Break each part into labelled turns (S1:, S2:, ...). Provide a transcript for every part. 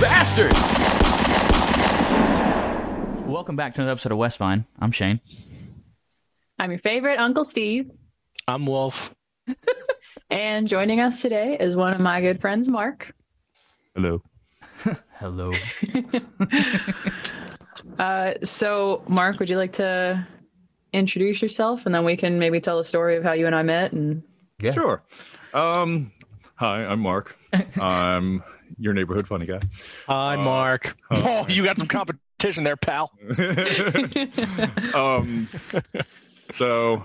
S1: bastard!
S2: Welcome back to another episode of West Vine. I'm Shane.
S3: I'm your favorite Uncle Steve.
S4: I'm Wolf.
S3: And joining us today is one of my good friends, Mark.
S5: Hello.
S2: Hello.
S3: Uh, so, Mark, would you like to introduce yourself and then we can maybe tell a story of how you and I met? And
S2: Yeah.
S5: Sure. Um, hi, I'm Mark. I'm your neighborhood funny guy.
S4: Hi,
S5: Uh,
S4: Mark.
S5: uh,
S4: oh, you got some competition there, pal.
S5: um, so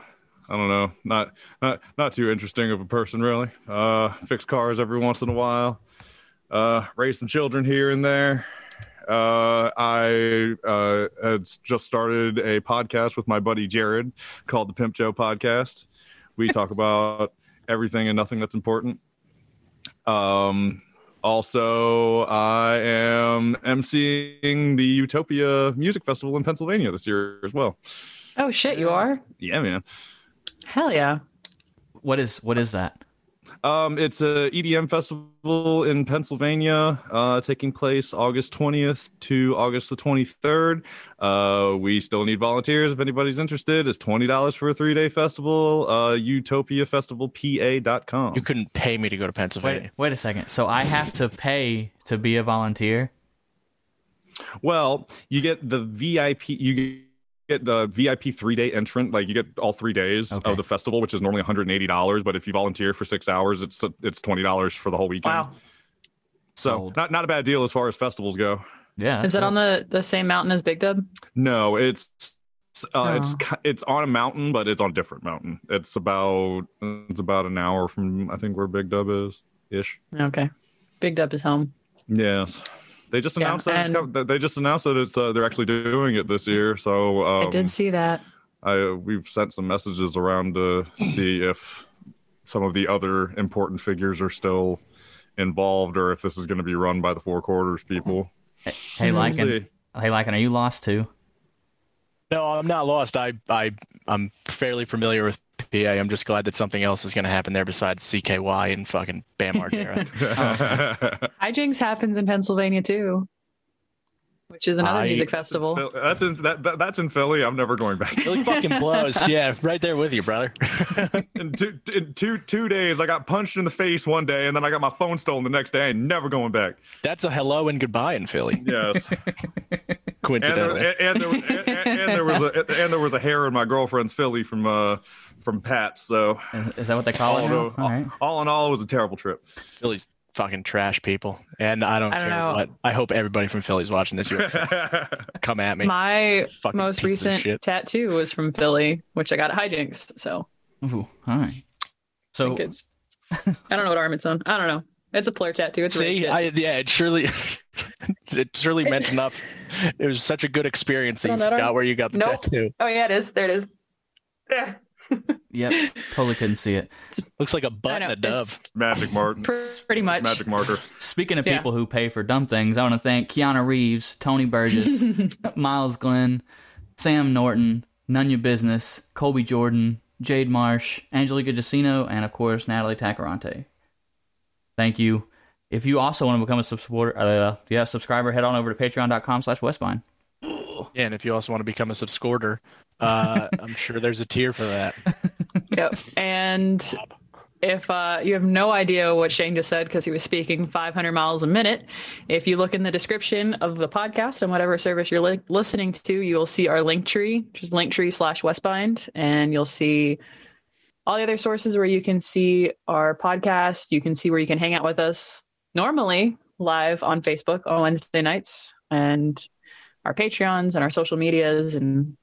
S5: I don't know, not not not too interesting of a person really. Uh, fix cars every once in a while. Uh, raise some children here and there. Uh, I uh, had just started a podcast with my buddy Jared called the Pimp Joe Podcast. We talk about everything and nothing that's important. Um, also, I am emceeing the Utopia Music Festival in Pennsylvania this year as well.
S3: oh, shit, you are?
S5: Yeah, man.
S3: Hell yeah.
S2: what is what is that?
S5: Um, it's a EDM festival in Pennsylvania, uh, taking place August 20th to August the 23rd. Uh, we still need volunteers if anybody's interested. It's $20 for a three day festival, uh, utopiafestivalpa.com.
S4: You couldn't pay me to go to Pennsylvania.
S2: Wait, wait a second. So I have to pay to be a volunteer.
S5: Well, you get the VIP. You get the VIP three day entrant. Like you get all three days
S2: Okay.
S5: of the festival, which is normally one hundred and eighty dollars. But if you volunteer for six hours, it's it's twenty dollars for the whole weekend.
S3: Wow.
S5: So
S2: Sold.
S5: not not a bad deal as far as festivals go.
S2: Yeah.
S3: Is that on the, the same mountain as Big Dub?
S5: No, it's. it's, Uh, it's
S3: Oh.
S5: ki- it's on a mountain, but it's on a different mountain. It's about it's about an hour from I think where Big Dub is ish.
S3: Okay. Big Dub is home.
S5: Yes, they just
S3: Yeah,
S5: announced that it's,
S3: and-
S5: co- they just announced that it's uh, they're actually doing it this year. So
S4: Oh.
S5: um,
S3: I did see that.
S5: I we've sent some messages around to see if some of the other important figures are still involved or if this is going to be run by the four quarters people.
S2: hey,
S5: We'll
S2: Lycan.
S5: see.
S2: Hey, Lycan. Are you lost too?
S4: No, I'm not lost. I, I, I'm fairly familiar with PA. I'm just glad that something else is going to happen there besides CKY and fucking Bam Margera.
S3: Hijinks happens in Pennsylvania too, which is another
S4: I-
S3: music festival.
S5: that's in that, that that's in Philly. I'm never going back.
S4: really fucking blows. Yeah, right there with you, brother.
S5: In two, in two two days, I got punched in the face one day, and then I got my phone stolen the next day. And never going back.
S4: That's a hello and goodbye in Philly,
S5: Yes, and there,
S4: coincidentally.
S5: and, and there was and, and there was a, and there was a hair in my girlfriend's Philly from uh from Pat. So
S2: Is, is that what they call it?
S5: all, in
S2: now?
S5: all,
S2: All right.
S5: all in all, it was a terrible trip.
S4: Philly's fucking trash people, and I don't
S3: I don't
S4: care
S3: know.
S4: what. I hope everybody from Philly's watching this. You come at me.
S3: My
S4: Fucking
S3: most
S4: piece of
S3: recent
S4: shit.
S3: tattoo was from Philly, which I got at Hijinks. So
S2: Ooh, all right.
S3: I
S2: So
S3: think it's, I don't know what arm it's on. I don't know. It's a player tattoo. It's
S4: See,
S3: really
S4: I, yeah, it surely, it surely meant enough. It was such a good experience that you
S3: On that
S4: forgot
S3: arm?
S4: where you got the
S3: Nope.
S4: tattoo.
S3: oh yeah, it is. There it is. Yeah.
S2: yep, totally couldn't see it.
S4: Looks like a
S3: I
S4: butt
S3: know,
S4: and a dove.
S5: Magic Martin.
S3: It's pr- pretty much.
S5: Magic marker.
S2: Speaking of
S3: Yeah.
S2: people who pay for dumb things, I want to thank Keanu Reeves, Tony Burgess, Miles Glenn, Sam Norton, None Your Business, Colby Jordan, Jade Marsh, Angelica Jacino, and of course Natalie Tacarante. Thank you. If you also want to become a sub- supporter, uh, yeah, subscriber, head on over to patreon.com slash westbine.
S4: Yeah, and if you also want to become a subscorder, uh, I'm sure there's a tier for that.
S3: Yep. And if uh, you have no idea what Shane just said because he was speaking 500 miles a minute, if you look in the description of the podcast on whatever service you're li- listening to, you will see our link tree, which is linktree slash Westbind, and you'll see all the other sources where you can see our podcast. You can see where you can hang out with us normally live on Facebook on Wednesday nights and our Patreons and our social medias and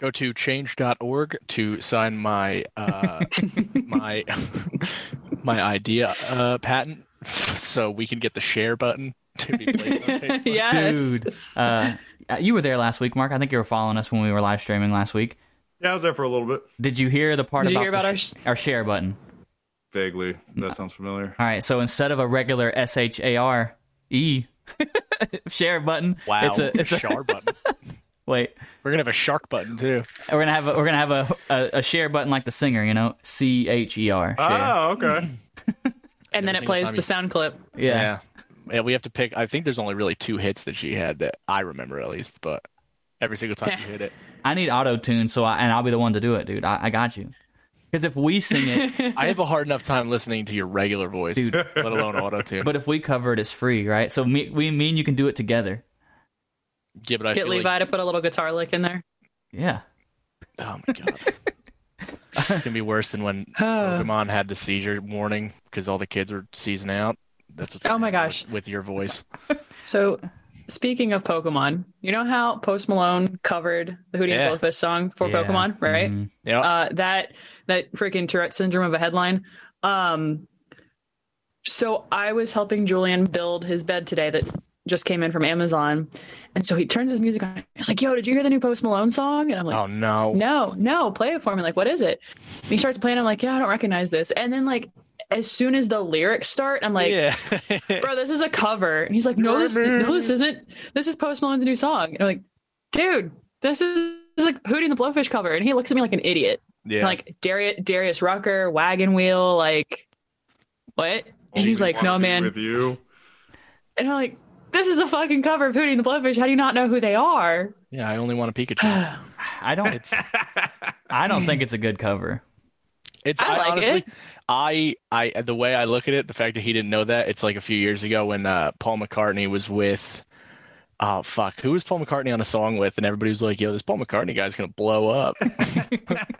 S4: Go to change.org to sign my uh, my my idea uh, patent, so we can get the share button to be placed on Facebook.
S3: yes.
S2: Dude, uh, you were there last week, Mark. I think you were following us when we were live streaming last week.
S5: Yeah, I was there for a little bit.
S2: Did you hear the part
S3: Did you
S2: about,
S3: hear about
S2: the
S3: our
S2: sh-
S3: sh-
S2: our share button?
S5: Vaguely. That sounds familiar.
S2: All right, so instead of a regular S H A R E share button,
S4: Wow,
S2: it's a it's a
S4: share button.
S2: wait.
S4: We're gonna have a shark button too.
S2: We're gonna have a, we're gonna have a, a a share button like the singer, you know, C H E R. share.
S5: Oh, okay.
S3: And then
S4: Every
S3: it
S4: single
S3: plays
S4: time
S3: the
S4: you-
S3: sound clip.
S2: yeah.
S4: yeah, we have to pick. I think there's only really two hits that she had that I remember at least, but every single time you hit it,
S2: I need auto tune, so I, and I'll be the one to do it, dude. I, I got you. Because if we sing it,
S4: I have a hard enough time listening to your regular voice,
S2: Dude.
S4: let alone auto tune.
S2: but if we cover it, it's free, right? So me, we, me, and you can do it together.
S4: yeah, but I
S3: Get
S4: feel
S3: Levi to put a little guitar lick in there.
S2: Yeah.
S4: like, oh my god, it's gonna be worse than when
S3: Uh.
S4: Pokemon had the seizure warning because all the kids were seizing out. That's what's
S3: Oh
S4: gonna
S3: my
S4: happen
S3: gosh.
S4: with, with your voice.
S3: So, speaking of Pokemon, you know how Post Malone covered the Hootie
S4: Yeah. Mm-hmm.
S3: and Blowfish song for
S2: Yeah.
S3: Pokemon, right?
S2: Mhm.
S4: Yeah,
S3: Uh, that that freaking Tourette syndrome of a headline. Um, so I was helping Julian build his bed today that just came in from Amazon, and so he turns his music on. He's like, "Yo, did you hear the new Post Malone song?" And I'm like,
S4: oh no.
S3: no, no, play it for me. Like, what is it? And he starts playing. I'm like, yeah, I don't recognize this. And then like, as soon as the lyrics start, I'm like,
S4: yeah.
S3: bro, this is a cover. And he's like, no, this, no, this isn't. This is Post Malone's new song. And I'm like, dude, this is, this is like Hootie and the Blowfish cover. And he looks at me like an idiot.
S4: yeah.
S3: And Like Darius, Darius Rucker, Wagon Wheel, like what? And he's like, no, man.
S5: With you,
S3: And I'm like, this is a fucking cover of Hootie and the Blowfish. How do you not know who they are?
S4: yeah, I only want a Pikachu.
S2: I don't.
S4: It's
S2: I don't think it's a good cover.
S4: It's
S3: I
S4: I,
S3: like
S4: honestly,
S3: it.
S4: I, I, the way I look at it, the fact that he didn't know that, it's like a few years ago when uh, Paul McCartney was with, oh fuck, who was Paul McCartney on a song with, and everybody was like, yo, this Paul McCartney guy's gonna blow up.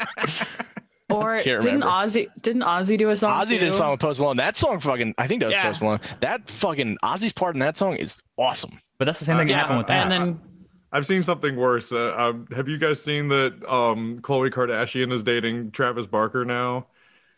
S3: Or
S4: Can't
S3: didn't
S4: remember.
S3: Ozzy didn't Ozzy do a song?
S4: Ozzy did
S3: too?
S4: a song with Post Malone. That song fucking, I think that was
S3: Yeah.
S4: Post Malone. That fucking Ozzy's part in that song is awesome.
S2: But that's the same thing that
S5: Yeah,
S2: happened with that.
S3: And then
S5: I've seen something worse. Uh, um, have you guys seen that? Um, Khloe Kardashian is dating Travis Barker now.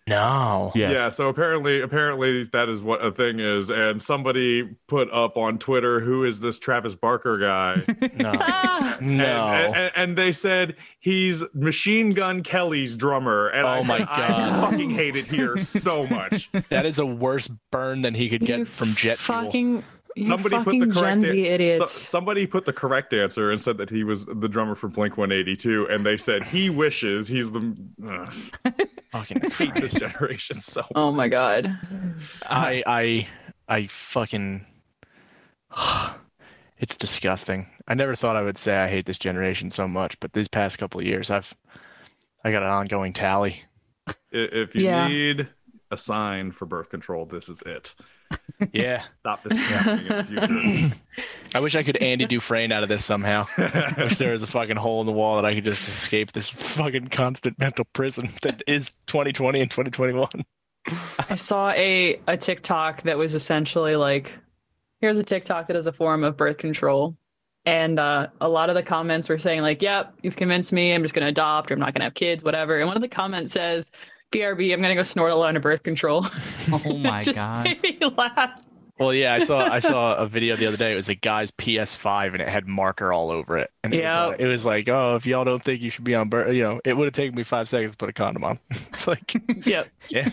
S4: No.
S2: Yes.
S5: Yeah, so apparently apparently that is what a thing is and somebody put up on Twitter who is this Travis Barker guy? and,
S4: No.
S3: Ah,
S4: no.
S5: and, and they said he's Machine Gun Kelly's drummer and I,
S4: Oh my
S5: said, I
S4: God.
S5: fucking hate it here so much.
S4: that is a worse burn than he could get
S3: ah, you
S4: from jet fuel.
S3: fucking, You
S5: Somebody put
S3: fucking
S5: the correct
S3: Gen Z
S5: an-
S3: idiots.
S5: so- somebody put the correct answer and said that he was the drummer for Blink 182 and they said he wishes he's the ugh,
S4: Fucking
S5: I hate this generation so
S3: oh my god.
S4: I I I fucking it's disgusting. I never thought I would say I hate this generation so much, but these past couple of years I've I got an ongoing tally.
S5: I- if you
S3: Yeah.
S5: need a sign for birth control this is it.
S4: Yeah.
S5: Stop this from happening in the future.
S4: I wish I could Andy Dufresne out of this somehow. I wish there was a fucking hole in the wall that I could just escape this fucking constant mental prison that is 2020 and 2021.
S3: I saw a a TikTok that was essentially like, here's a TikTok that is a form of birth control. And uh, a lot of the comments were saying like, "Yep, you've convinced me. I'm just going to adopt, or I'm not going to have kids, whatever." And one of the comments says, "BRB, I'm going to go snort a lot of birth control."
S2: Oh my
S3: just
S2: god.
S3: made me laugh.
S4: Well, yeah, I saw I saw a video the other day. It was a guy's PS5 and it had marker all over it. And it,
S3: Yeah.
S4: was, uh, it was like, oh, if y'all don't think you should be on, bur- you know, it would have taken me five seconds to put a condom on. It's like,
S3: Yep.
S4: yeah,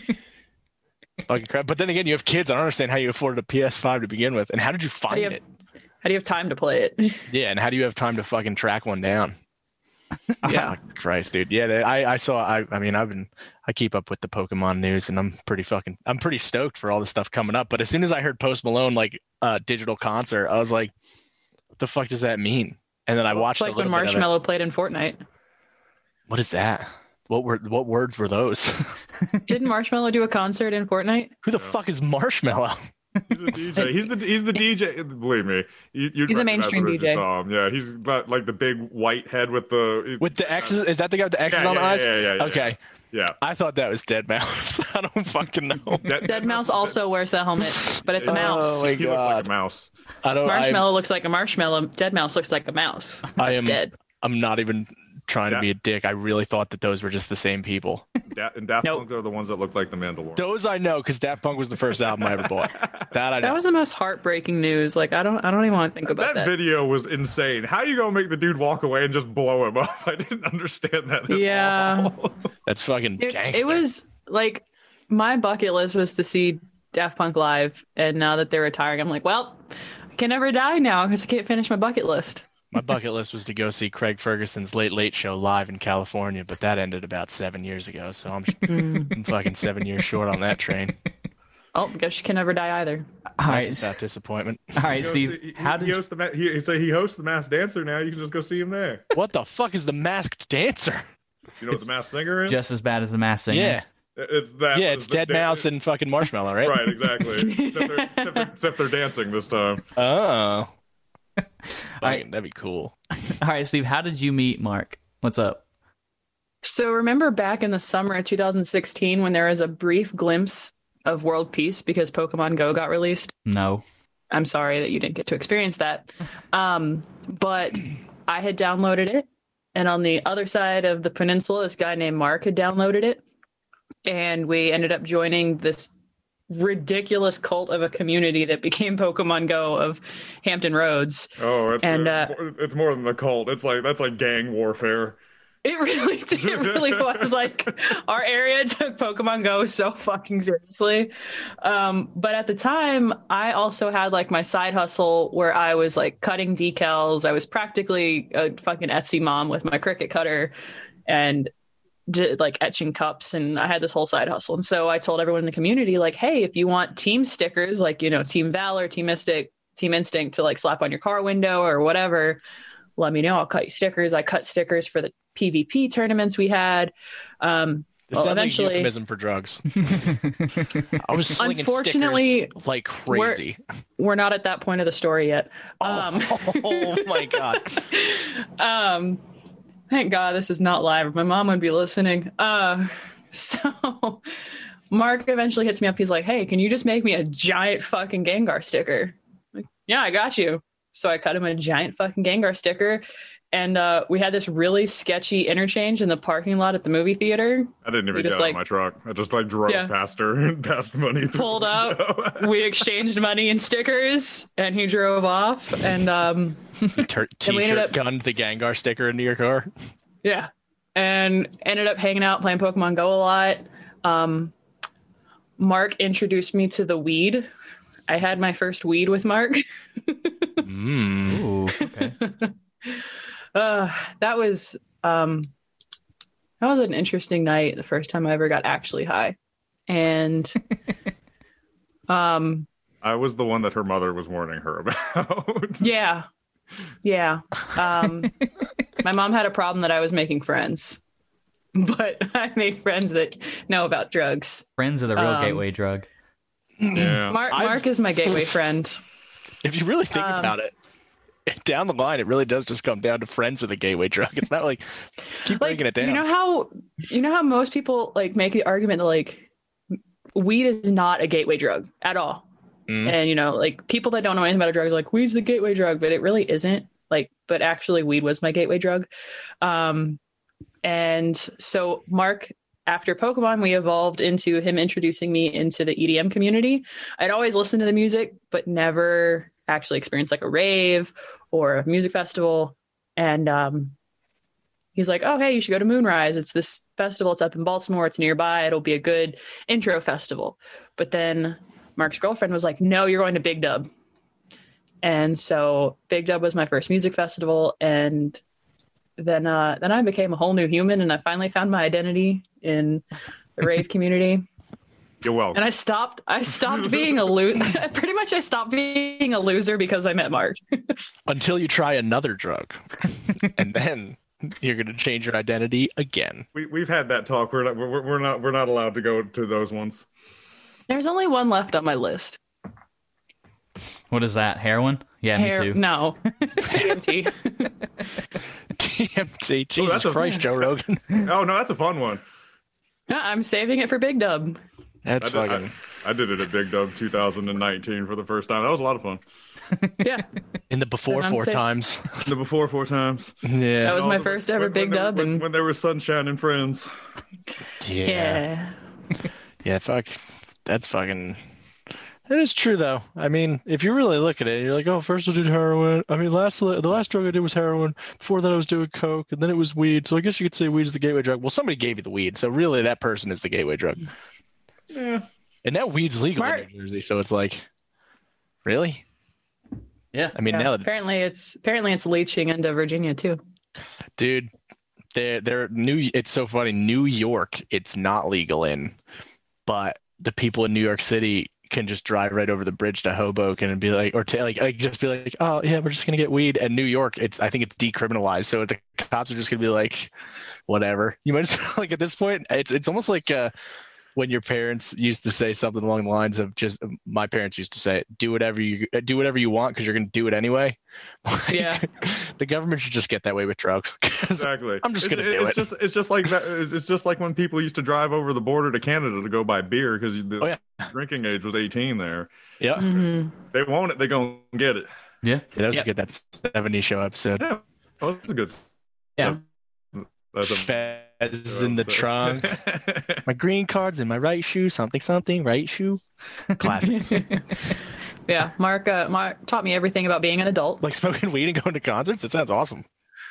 S4: fucking crap. But then again, you have kids. I don't understand how you afforded a PS5 to begin with, and how did you find
S3: do you
S4: it?
S3: How do you have time to play it?
S4: Yeah, and how do you have time to fucking track one down?
S3: Yeah.
S4: Fuck Christ, dude. Yeah, they- I, I saw. I, I mean, I've been, I keep up with the Pokemon news, and I'm pretty fucking, I'm pretty stoked for all this stuff coming up. But as soon as I heard Post Malone like uh, digital concert, I was like, what the fuck does that mean? And then I watched a
S3: like when
S4: little bit of it.
S3: Marshmallow played in Fortnite.
S4: What is that? What were what words were those?
S3: Didn't Marshmallow do a concert in Fortnite?
S4: Who the fuck is Marshmallow?
S5: He's a DJ. He's the he's the DJ. Believe me, you, you'd
S3: He's a
S5: recognize
S3: mainstream
S5: him if you
S3: DJ.
S5: saw him. um, Yeah, he's got like the big white head with the
S4: With the X's? Is that the guy with the X's
S5: Yeah,
S4: on the
S5: yeah,
S4: eyes?
S5: yeah, yeah, yeah,
S4: okay,
S5: Yeah,
S4: I thought that was Dead Mouse. I don't fucking know.
S5: That-
S3: Dead Mouse also wears that helmet, but it's a
S4: Oh,
S3: mouse.
S4: my
S5: He looks like
S4: God.
S5: a mouse.
S4: I don't. I'm,
S3: marshmallow looks like a marshmallow. Dead Mouse looks like a mouse. That's
S4: I am-
S3: dead.
S4: I'm not even trying
S5: Yeah.
S4: to be a dick. I really thought that those were just the same people.
S5: Da- and Daft
S3: Nope.
S5: Punk are the ones that look like the Mandalorian.
S4: Those I know because Daft Punk was the first album I ever bought. That I know.
S3: That was the most heartbreaking news. Like I don't, I don't even want to think about
S5: That,
S3: that.
S5: video was insane. How you gonna make the dude walk away and just blow him up? I didn't understand that. At
S3: Yeah.
S5: all.
S4: That's fucking
S3: Dude,
S4: gangster.
S3: it was like my bucket list was to see Daft Punk live, and now that they're retiring, I'm like, well, I can never die now because I can't finish my bucket list.
S4: My bucket list was to go see Craig Ferguson's Late Late Show live in California, but
S3: Hmm.
S4: that ended about seven years ago. So I'm, I'm fucking seven years short on that train.
S3: Oh, guess you can never die either.
S2: All
S4: Right.
S2: right,
S4: That disappointment.
S2: all right,
S1: Go
S2: Steve.
S1: see- he-
S2: how
S1: he
S2: did
S1: hosts the ma- he, so he hosts the Masked Dancer now? You can just go see him there.
S4: what the fuck is the masked dancer?
S1: You know what the Masked Singer is?
S2: just as bad as the mass singer?
S4: Yeah,
S1: it's that.
S4: yeah, it's
S1: the
S4: Dead
S1: dan-
S4: Mouse and fucking Marshmallow, right?
S1: Right, exactly. except, they're, except, they're, except they're dancing this time.
S4: Oh,
S2: right.
S4: that'd be cool.
S2: All right, Steve. How did you meet Mark? What's up?
S3: So remember back in the summer of 2016 when there was a brief glimpse of world peace because Pokemon Go got released?
S2: No.
S3: I'm sorry that you didn't get to experience that. Um, but I had downloaded it. And on the other side of the peninsula, this guy named Mark had downloaded it. And we ended up joining this ridiculous cult of a community that became Pokemon Go of Hampton Roads.
S1: Oh, it's,
S3: And,
S1: uh, it's more than the cult. It's like that's like gang warfare.
S3: It really did. It really was like our area took Pokemon Go so fucking seriously. Um, but at the time, I also had like my side hustle where I was like cutting decals. I was practically a fucking Etsy mom with my cricket cutter and did, like etching cups. And I had this whole side hustle. And so I told everyone in the community, like, hey, if you want team stickers, like, you know, Team Valor, Team Mystic, Team Instinct to like slap on your car window or whatever, let me know. I'll cut you stickers. I cut stickers for the PvP tournaments we had. Um,
S4: This
S3: Well,
S4: sounds
S3: eventually-
S4: like a euphemism for drugs. I was slinging
S3: Unfortunately,
S4: stickers like crazy.
S3: we're not at that point of the story yet. Um,
S4: oh, my god!
S3: um, thank God this is not live. My mom would be listening. Uh, so Mark eventually hits me up. He's like, "Hey, can you just make me a giant fucking Gengar sticker?" I'm like, yeah, I got you. So I cut him a giant fucking Gengar sticker, and uh, we had this really sketchy interchange in the parking lot at the movie theater.
S1: I didn't
S3: You
S1: even get
S3: just,
S1: out
S3: like-
S1: of my truck. I just like drove
S3: Yeah.
S1: past her and passed the money. through
S3: Pulled
S1: the
S3: up.
S1: window.
S3: We exchanged money and stickers, and he drove off. And um,
S4: You tur-
S3: And we ended
S4: t-shirt
S3: up-
S4: gunned the Gengar sticker into your car.
S3: Yeah. And ended up hanging out playing Pokemon Go a lot. Um, Mark introduced me to the weed. I had my first weed with Mark.
S4: Mm.
S2: Ooh. Okay.
S3: Uh, that was um, that was an interesting night. The first time I ever got actually high, and um,
S1: I was the one that her mother was warning her about.
S3: yeah, yeah. Um, my mom had a problem that I was making friends, but I made friends that know about drugs.
S2: Friends are the real
S3: Um,
S2: gateway drug.
S5: Oh.
S1: yeah.
S3: Mark,
S4: I've-
S3: Mark is my gateway friend.
S4: If you really think
S3: Um,
S4: about it, down the line, it really does just come down to friends with a gateway drug. It's not like keep
S3: Like
S4: breaking it down.
S3: you know how you know how most people like make the argument that like weed is not a gateway drug at all,
S4: Mm.
S3: and you know like people that don't know anything about a drug are like weed's the gateway drug, but it really isn't. Like, but actually, weed was my gateway drug. Um, and so Mark. After Pokemon, we evolved into him introducing me into the EDM community. I'd always listened to the music, but never actually experienced like a rave or a music festival. And um, he's like, "Oh, hey, you should go to Moonrise. It's this festival. It's up in Baltimore. It's nearby. It'll be a good intro festival." But then Mark's girlfriend was like, "No, you're going to Big Dub." And so Big Dub was my first music festival, and then uh, then I became a whole new human, and I finally found my identity in the rave community.
S1: You're welcome.
S3: And I stopped. I stopped being a loser. Pretty much, I stopped being a loser because I met Mark.
S4: Until you try another drug, and then you're gonna change your identity again.
S1: we, we've had that talk. We're not, we're, we're not we're not allowed to go to those ones.
S3: There's only one left on my list.
S2: What is that? Heroin? Yeah,
S3: Hair-
S2: me too.
S3: No, DMT.
S4: DMT,
S1: Oh,
S4: Jesus
S1: that's a-
S4: Christ, Joe Rogan.
S1: Oh no, that's a fun one.
S3: No, I'm saving it for Big Dub.
S4: That's
S1: I did,
S4: fucking.
S1: I, I did it at Big Dub 2019 for the first time. That was a lot of fun.
S3: Yeah,
S4: In the before
S3: And I'm
S4: four
S3: sick.
S4: times.
S1: The before four times.
S3: that
S4: Yeah.
S3: was
S1: All
S3: my
S1: the-
S3: first ever
S1: when-
S3: Big
S1: when there-
S3: Dub,
S1: when-
S3: and
S1: when there was sunshine and friends.
S4: yeah. Yeah.
S3: yeah,
S4: fuck. That's fucking. That is true though. I mean, if you really look at it, you're like, oh, first I did heroin. I mean, last the last drug I did was heroin. Before that, I was doing coke, and then it was weed. So I guess you could say weed's the gateway drug. Well, somebody gave you the weed, so really that person is the gateway drug.
S1: Yeah.
S4: And now weed's legal
S3: Mark-
S4: in New Jersey, so it's like, really?
S2: Yeah.
S4: I mean,
S3: Yeah,
S4: now that
S3: apparently it's apparently it's leaching into Virginia too.
S4: dude they're they're new it's so funny new york it's not legal in but the people in new york city can just drive right over the bridge to Hoboken and be like, or to like, like just be like, oh yeah, we're just gonna get weed. And New York, it's I think it's decriminalized, so the cops are just gonna be like, whatever. You might as well, like at this point, it's it's almost like uh, when your parents used to say something along the lines of just my parents used to say, do whatever you do whatever you want because you're gonna do it anyway. Like,
S3: Yeah.
S4: the government should just get that way with drugs. 'Cause
S5: Exactly.
S4: I'm just
S5: It's-
S4: gonna do
S5: it's
S4: it.
S5: Just, it's just like that, it's it's just like when people used to drive over the border to Canada to go buy beer because the
S4: Oh, yeah.
S5: drinking age was 18 there.
S2: Uh,
S4: Yeah,
S3: Mhm.
S5: They want it, they gonna get it.
S2: Yeah.
S4: that was
S3: Yep.
S4: good. That 70 show episode.
S5: Yeah, well, Oh, that's a good.
S2: Yeah.
S5: That's a
S4: Fez in the
S5: so-
S4: trunk. My green card's in my right shoe, something, something, right shoe. Classics.
S3: Yeah, Mark. Uh, Mark taught me everything about being an adult.
S4: like smoking weed and going to concerts? That sounds awesome.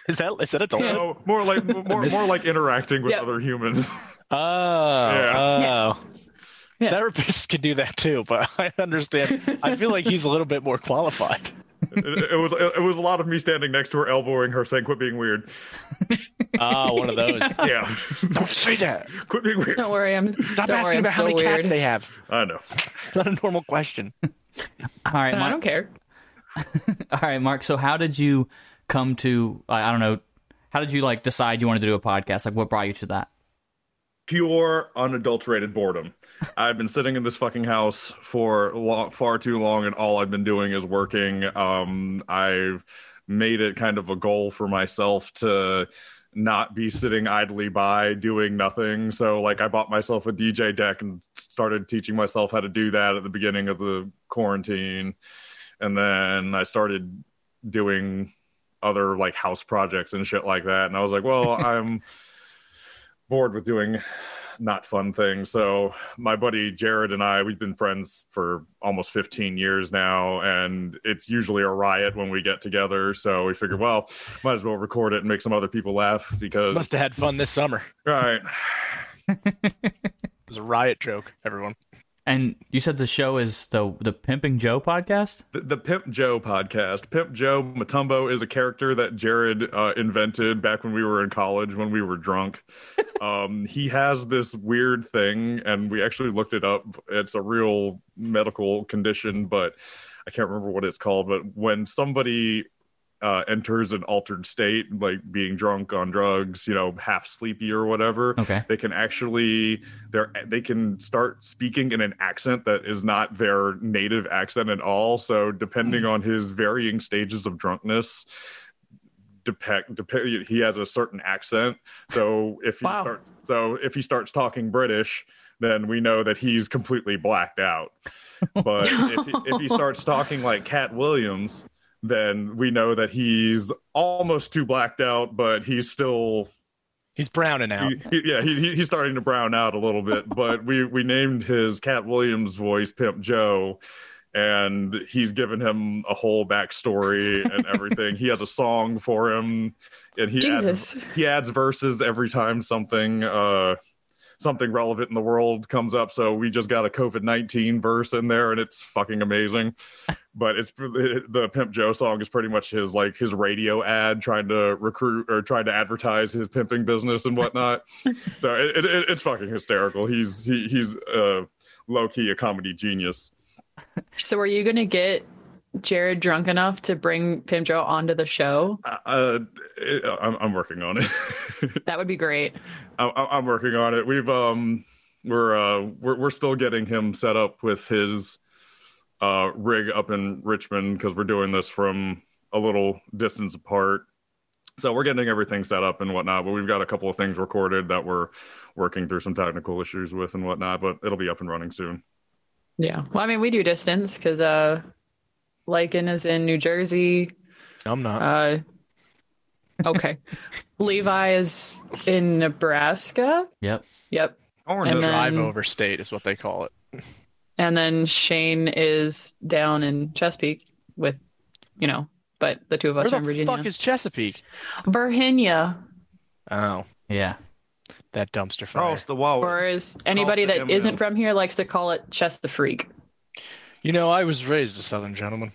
S4: Is that is that adult? Oh,
S5: no, more like more more like interacting with
S3: Yeah.
S5: other humans.
S4: oh.
S3: Yeah.
S4: Therapists can do that too, but I understand. I feel like he's a little bit more qualified.
S5: it, it was it, it was a lot of me standing next to her, elbowing her, saying, "Quit being weird."
S4: Ah, one of those.
S5: Yeah,
S4: Don't say that.
S5: quit being weird.
S3: Don't worry, I'm.
S4: Stop
S3: don't worry,
S4: asking
S3: I'm
S4: about how
S3: still
S4: many
S3: weird.
S4: cats they have.
S5: I know.
S4: It's not a normal question.
S2: All right,
S3: I
S2: Mark.
S3: don't care.
S2: All right, Mark. So how did you come to? I I don't know. How did you like decide you wanted to do a podcast? Like, what brought you to that?
S5: pure unadulterated boredom. I've been sitting in this fucking house for lo- far too long, and all I've been doing is working. Um, I've made it kind of a goal for myself to not be sitting idly by doing nothing. So, like, I bought myself a DJ deck and started teaching myself how to do that at the beginning of the quarantine. And then I started doing other like house projects and shit like that. And I was like, well, I'm bored with doing not fun things. So my buddy Jared and I, we've been friends for almost 15 years now, and it's usually a riot when we get together. So we figured, well, might as well record it and make some other people laugh because
S4: Must have had fun this summer.
S5: right.
S4: It was a riot joke, everyone.
S2: And you said the show is the the Pimping Joe podcast.
S5: The, the Pimp Joe podcast. Pimp Joe Matumbo is a character that Jared uh, invented back when we were in college when we were drunk. um, he has this weird thing, and we actually looked it up. It's a real medical condition, but I can't remember what it's called. But when somebody uh, enters an altered state, like being drunk on drugs, you know, half sleepy or whatever,
S2: Okay.
S5: they can actually they're they can start speaking in an accent that is not their native accent at all so depending on his varying stages of drunkenness depend, depend he has a certain accent so if he
S3: Wow.
S5: starts so if he starts talking british then we know that he's completely blacked out but if, he, if he starts talking like cat williams then we know that he's almost too blacked out but he's still
S4: He's browning out.
S5: he- he- yeah, he, he- he's starting to brown out a little bit, but we we named his Cat Williams voice Pimp Joe, and he's given him a whole backstory and everything. he has a song for him, and he adds,
S3: Jesus.
S5: he adds verses every time something uh something relevant in the world comes up. So we just got a COVID nineteen verse in there, and it's fucking amazing. But it's the Pimp Joe song is pretty much his like his radio ad trying to recruit or trying to advertise his pimping business and whatnot. so it, it, it's fucking hysterical. He's he, he's uh, low key a comedy genius.
S3: So, are you going to get Jared drunk enough to bring Pim Joe onto the show?
S5: Uh, it, I'm, I'm working on it.
S3: That would be great.
S5: I, I- I'm working on it. We've um we're uh we're we're still getting him set up with his uh rig up in Richmond because we're doing this from a little distance apart. So we're getting everything set up and whatnot, but we've got a couple of things recorded that we're working through some technical issues with and whatnot, but it'll be up and running soon.
S3: Yeah. Well, I mean, we do distance because uh, Lycan is in New Jersey.
S4: I'm not.
S3: Uh, okay. Levi is in Nebraska.
S2: Yep.
S3: Yep.
S5: Orange
S3: And
S5: is-
S3: then-
S4: Drive over state is what they call it.
S3: And then Shane is down in Chesapeake with, you know, but the two of us
S4: Where
S3: are in
S4: the
S3: Virginia.
S4: fuck is Chesapeake?
S3: Virginia.
S4: Oh,
S2: Yeah.
S4: that dumpster fire.
S5: across the wall.
S3: Or is anybody
S5: Across the
S3: that
S5: damn
S3: isn't
S5: mountain.
S3: from here likes to call it Chest the Freak.
S4: You know, I was raised a Southern gentleman.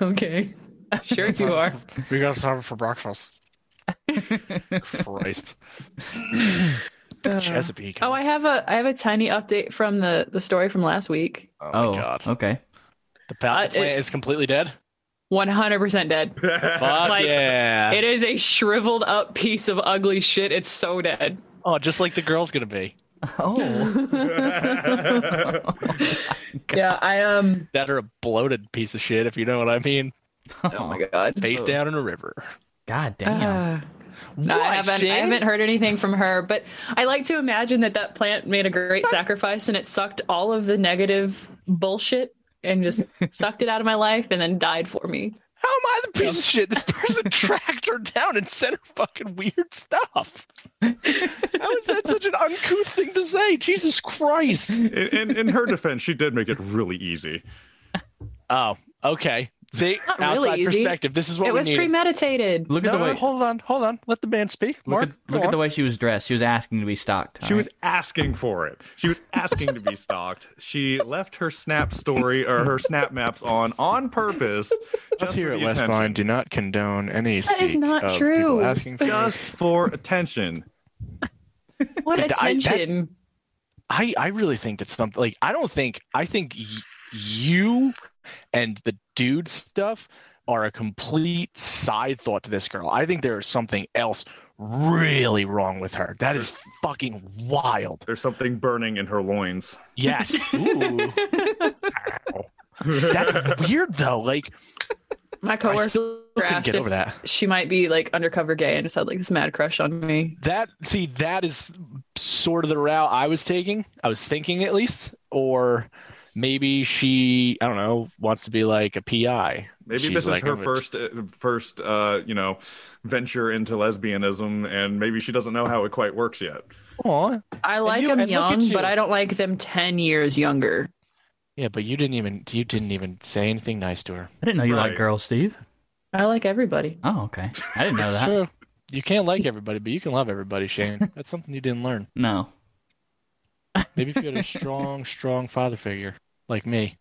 S3: Okay. Sure, if you are.
S4: We got supper for breakfast. Christ. the
S3: Uh,
S4: Chesapeake.
S3: Oh, I have a I have a tiny update from the the story from last week.
S4: Oh,
S2: Oh,
S4: my god.
S2: okay.
S4: The pa-
S3: I-
S4: the plant is completely dead.
S3: 100% dead.
S4: Fuck
S3: Like,
S4: yeah.
S3: It is a shriveled up piece of ugly shit. It's so dead.
S4: oh, just like the girl's gonna be.
S2: Oh,
S3: Yeah, I um
S4: That or a bloated piece of shit, if you know what I mean.
S3: Oh my god.
S4: Face down in a river.
S2: god damn.
S3: Uh, No, I haven't. I
S4: Shane?
S3: haven't heard anything from her, but I like to imagine that that plant made a great sacrifice and it sucked all of the negative bullshit and just sucked it out of my life and then died for me.
S4: How am I the piece of shit? This person tracked her down and sent her fucking weird stuff. How is that such an uncouth thing to say? Jesus Christ.
S5: In, in, in her defense, she did make it really easy.
S4: Oh, okay. See,
S3: Not really
S4: outside
S3: easy.
S4: perspective. This is what
S3: it
S4: we
S3: was
S4: need.
S3: premeditated.
S2: Look at
S4: no,
S2: the way.
S4: hold on, hold on. Let the man speak.
S2: Look
S4: Mark,
S2: at, look
S4: go
S2: at the
S4: on.
S2: way she was dressed. She was asking to be stocked.
S5: She was asking for it. She was asking to be stalked. She left her snap story or her snap maps on on purpose.
S4: Us
S5: just
S4: here
S5: for
S4: at
S5: the
S4: West
S5: attention.
S4: Vine do not condone any.
S3: That is
S4: speak
S3: not
S4: of
S3: true.
S4: people Asking for
S5: Just for attention.
S3: What
S4: Did I- that-
S3: attention.
S4: I, I really think it's something like I don't think I think y- you and the dude stuff are a complete side thought to this girl. I think there is something else really wrong with her. That is fucking wild.
S5: There's something burning in her loins.
S4: Yes. Ooh. Ow. That's weird though. Like
S3: My
S4: I
S3: coworker
S4: still couldn't
S3: asked
S4: get
S3: if
S4: over that.
S3: she might be like undercover gay and just had like this mad crush on me.
S4: That see that is sort of the route I was taking. I was thinking at least or maybe she I don't know wants to be like a PI.
S5: Maybe
S4: She's
S5: this
S4: like,
S5: is her
S4: I'm a-
S5: first uh, first uh, you know venture into lesbianism, and maybe she doesn't know how it quite works yet.
S4: Aw.
S3: I like
S4: you-
S3: them
S4: and look at
S3: young,
S4: you.
S3: but I don't like them 10 years younger.
S4: Yeah, but you didn't even you didn't even say anything nice to her.
S2: I didn't know you liked
S5: Right.
S2: girls, Steve.
S3: I like everybody.
S2: Oh, okay. I didn't know that.
S4: Sure. You can't like everybody, but you can love everybody, Shane. That's something you didn't learn.
S2: No.
S4: Maybe if you had a strong, strong father figure like me.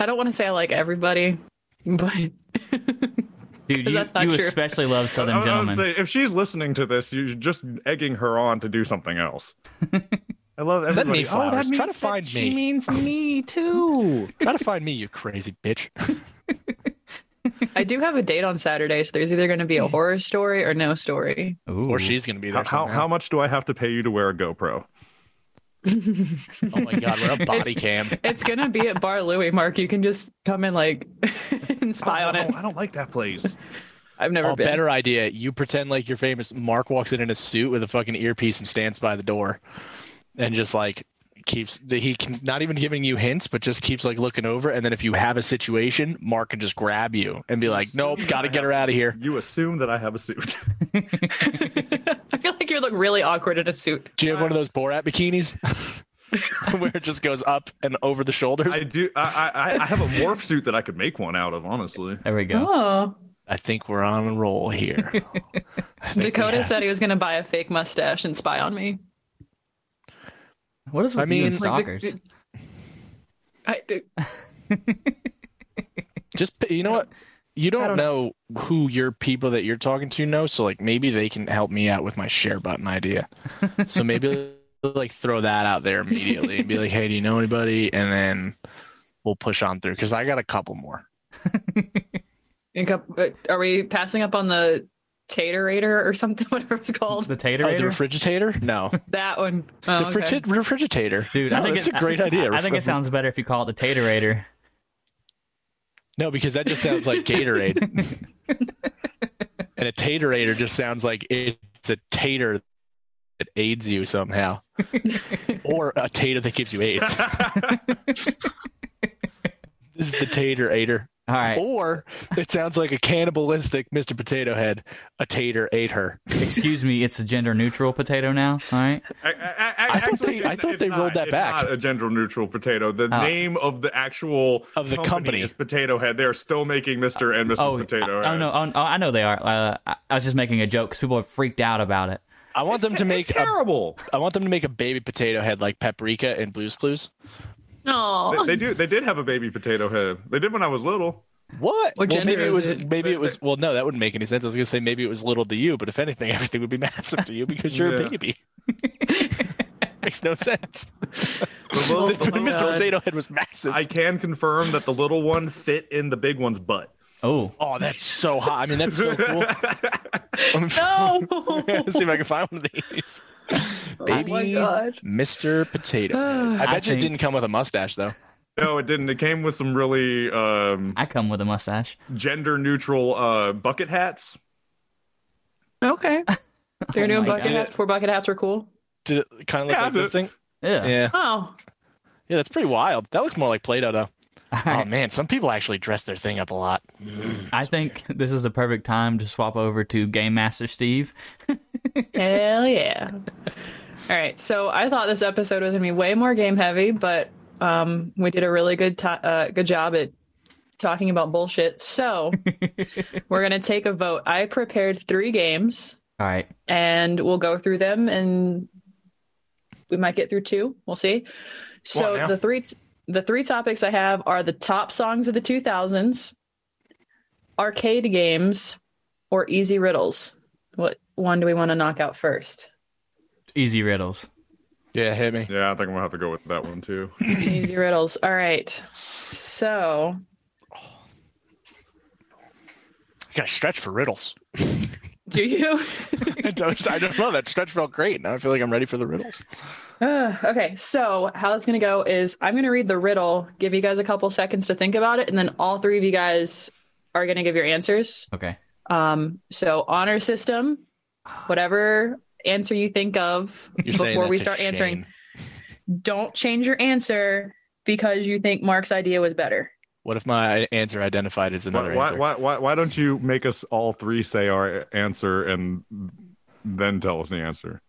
S3: I don't want to say I like everybody, but
S2: Dude, you,
S3: That's not
S2: you
S3: true.
S2: especially love
S5: I- I-
S2: Southern
S5: I would
S2: Gentlemen.
S5: say, if she's listening to this, you're just egging her on to do something else. I love
S4: Send me
S5: everybody. oh, that
S4: flowers.
S5: means
S4: Try to
S5: that
S4: find
S5: she
S4: me.
S5: means me too.
S4: Try to find me, you crazy bitch.
S3: I do have a date on Saturday, so there's either going to be a
S4: Hmm.
S3: horror story or no story.
S2: Ooh.
S4: Or she's gonna be
S5: how,
S4: there.
S5: how, how
S4: somehow.
S5: much do I have to pay you to wear a GoPro?
S4: Oh my god, what a body
S3: It's-
S4: cam.
S3: It's going to be at Bar Louie, Mark. You can just come and like and spy
S5: Oh,
S3: on it.
S5: I don't like that place.
S3: I've never
S4: Oh,
S3: been.
S4: better idea. You pretend like you're famous. Mark walks in in a suit with a fucking earpiece and stands by the door, and just like keeps he can not even giving you hints, but just keeps like looking over. And then if you have a situation, Mark can just grab you and be like, "Nope, gotta get her out of here."
S5: You assume that I have a suit.
S3: I feel like you look really awkward in a suit.
S4: Do you have one of those Borat bikinis where it just goes up and over the shoulders?
S5: I
S4: I,
S5: do. I, I I- I have a morph suit that I could make one out of. Honestly,
S2: there we go.
S3: Oh.
S4: think we're on a roll here. I think we
S3: Dakota
S4: have-
S3: said he was going to buy a fake mustache and spy on me.
S2: What is with
S4: I
S2: you
S4: mean-
S2: and
S3: Like,
S2: stalkers?
S3: d- I, d-
S4: Just p- you know what? You don't, know who your people that you're talking to know, so like maybe they can help me out with my share button idea. So maybe like throw that out there immediately and be like, "Hey, do you know anybody?" And then we'll push on through because I got a couple more.
S3: a cup- uh, are we passing up on the taterator or something, whatever it's called?
S2: the
S4: Oh, the
S2: taterator?
S4: refrigerator? No,
S3: that one. Oh,
S4: the
S3: okay.
S4: frigi- refrigerator.
S2: Dude,
S4: No,
S2: I think
S4: that's
S2: it-
S4: a great
S2: I-
S4: idea.
S2: I think it sounds better if you call it the taterator.
S4: no because that just sounds like Gatorade, and a taterator just sounds like it's a tater that aids you somehow, or a tater that gives you AIDS. This is the tater aider.
S2: All right.
S4: Or it sounds like a cannibalistic Mr. Potato Head. A tater ate her.
S2: Excuse me, it's a gender neutral potato now. All right.
S5: I, I, I,
S4: I thought
S5: actually,
S4: they- I
S5: it's-
S4: thought
S5: it's
S4: they rolled
S5: not-
S4: that
S5: it's
S4: back.
S5: Not a gender neutral potato. The
S2: Ah.
S5: name of the actual
S4: Of the company.
S5: is Potato Head. They are still making Mister and Mrs.
S2: Oh,
S5: Potato
S2: I,
S5: Head.
S2: oh no, oh, oh, I know they are. Uh, I, I was just making a joke because people are freaked out about it.
S4: I want them to make
S5: it's
S4: a,
S5: terrible.
S4: I want them to make a baby potato head like paprika and blues clues.
S3: Aw.
S5: They, they do. They did have a baby Potato Head. They did when I was little.
S4: What?
S3: What
S4: well, maybe
S3: gender
S4: it
S3: is
S4: was
S3: it?
S4: maybe it was well no, that wouldn't make any sense. I was gonna say maybe it was little to you, but if anything, everything would be massive to you because you're
S1: Yeah.
S4: a baby. Makes no sense.
S1: The
S3: Oh
S1: little, the
S3: my
S1: little-
S4: Mr.
S3: God.
S4: Potato Head was massive.
S1: I can confirm that the little one fit in the big one's butt.
S2: Oh,
S4: Oh, that's so hot. I mean, that's so cool. I'm
S3: No. Oh
S4: see if I can find one of these. Baby,
S3: God. Uh,
S4: Mr. Potato. Head. I bet you
S2: think-
S4: it didn't come with a mustache though.
S1: No, it didn't. It came with some really um,
S2: I come with a mustache.
S1: gender neutral uh, bucket hats.
S3: Okay. They're
S2: Oh
S3: doing
S2: my
S3: bucket
S2: God.
S3: hats before bucket hats were cool.
S4: Did it kind of look
S1: Yeah,
S4: like
S1: but-
S4: this thing?
S2: Yeah.
S4: Yeah,
S3: Oh.
S4: yeah, that's pretty wild. That looks more like Play-Doh though.
S2: All
S4: Oh
S2: right.
S4: man, some people actually dress their thing up a lot.
S2: I think this is the perfect time to swap over to Game Master Steve.
S3: Hell yeah. All right. So I thought this episode was going to be way more game heavy, but um, we did a really good to- uh, good job at talking about bullshit. So we're going to take a vote. I prepared three games
S2: All right.
S3: and we'll go through them and we might get through two. We'll see.
S4: on
S3: So
S4: now.
S3: the three the three topics I have are the top songs of the 2000s, arcade games, or easy riddles. What one do we want to knock out first?
S2: Easy riddles.
S4: Yeah, hit me.
S1: Yeah, I think I'm gonna have to go with that one too.
S3: easy riddles. All right. So
S4: I got to stretch for riddles.
S3: do you
S4: I don't, I don't know. That stretch felt great. Now I feel like I'm ready for the riddles.
S3: Uh, okay, so how it's gonna go is I'm gonna read the riddle, give you guys a couple seconds to think about it, and then all three of you guys are gonna give your answers.
S2: Okay.
S3: Um, so honor system, whatever answer you think of before we start answering, don't change your answer because you think Mark's idea was better.
S4: What if my answer identified as another
S1: Why, why,
S4: answer?
S1: why, why, why don't you make us all three say our answer and then tell us the answer?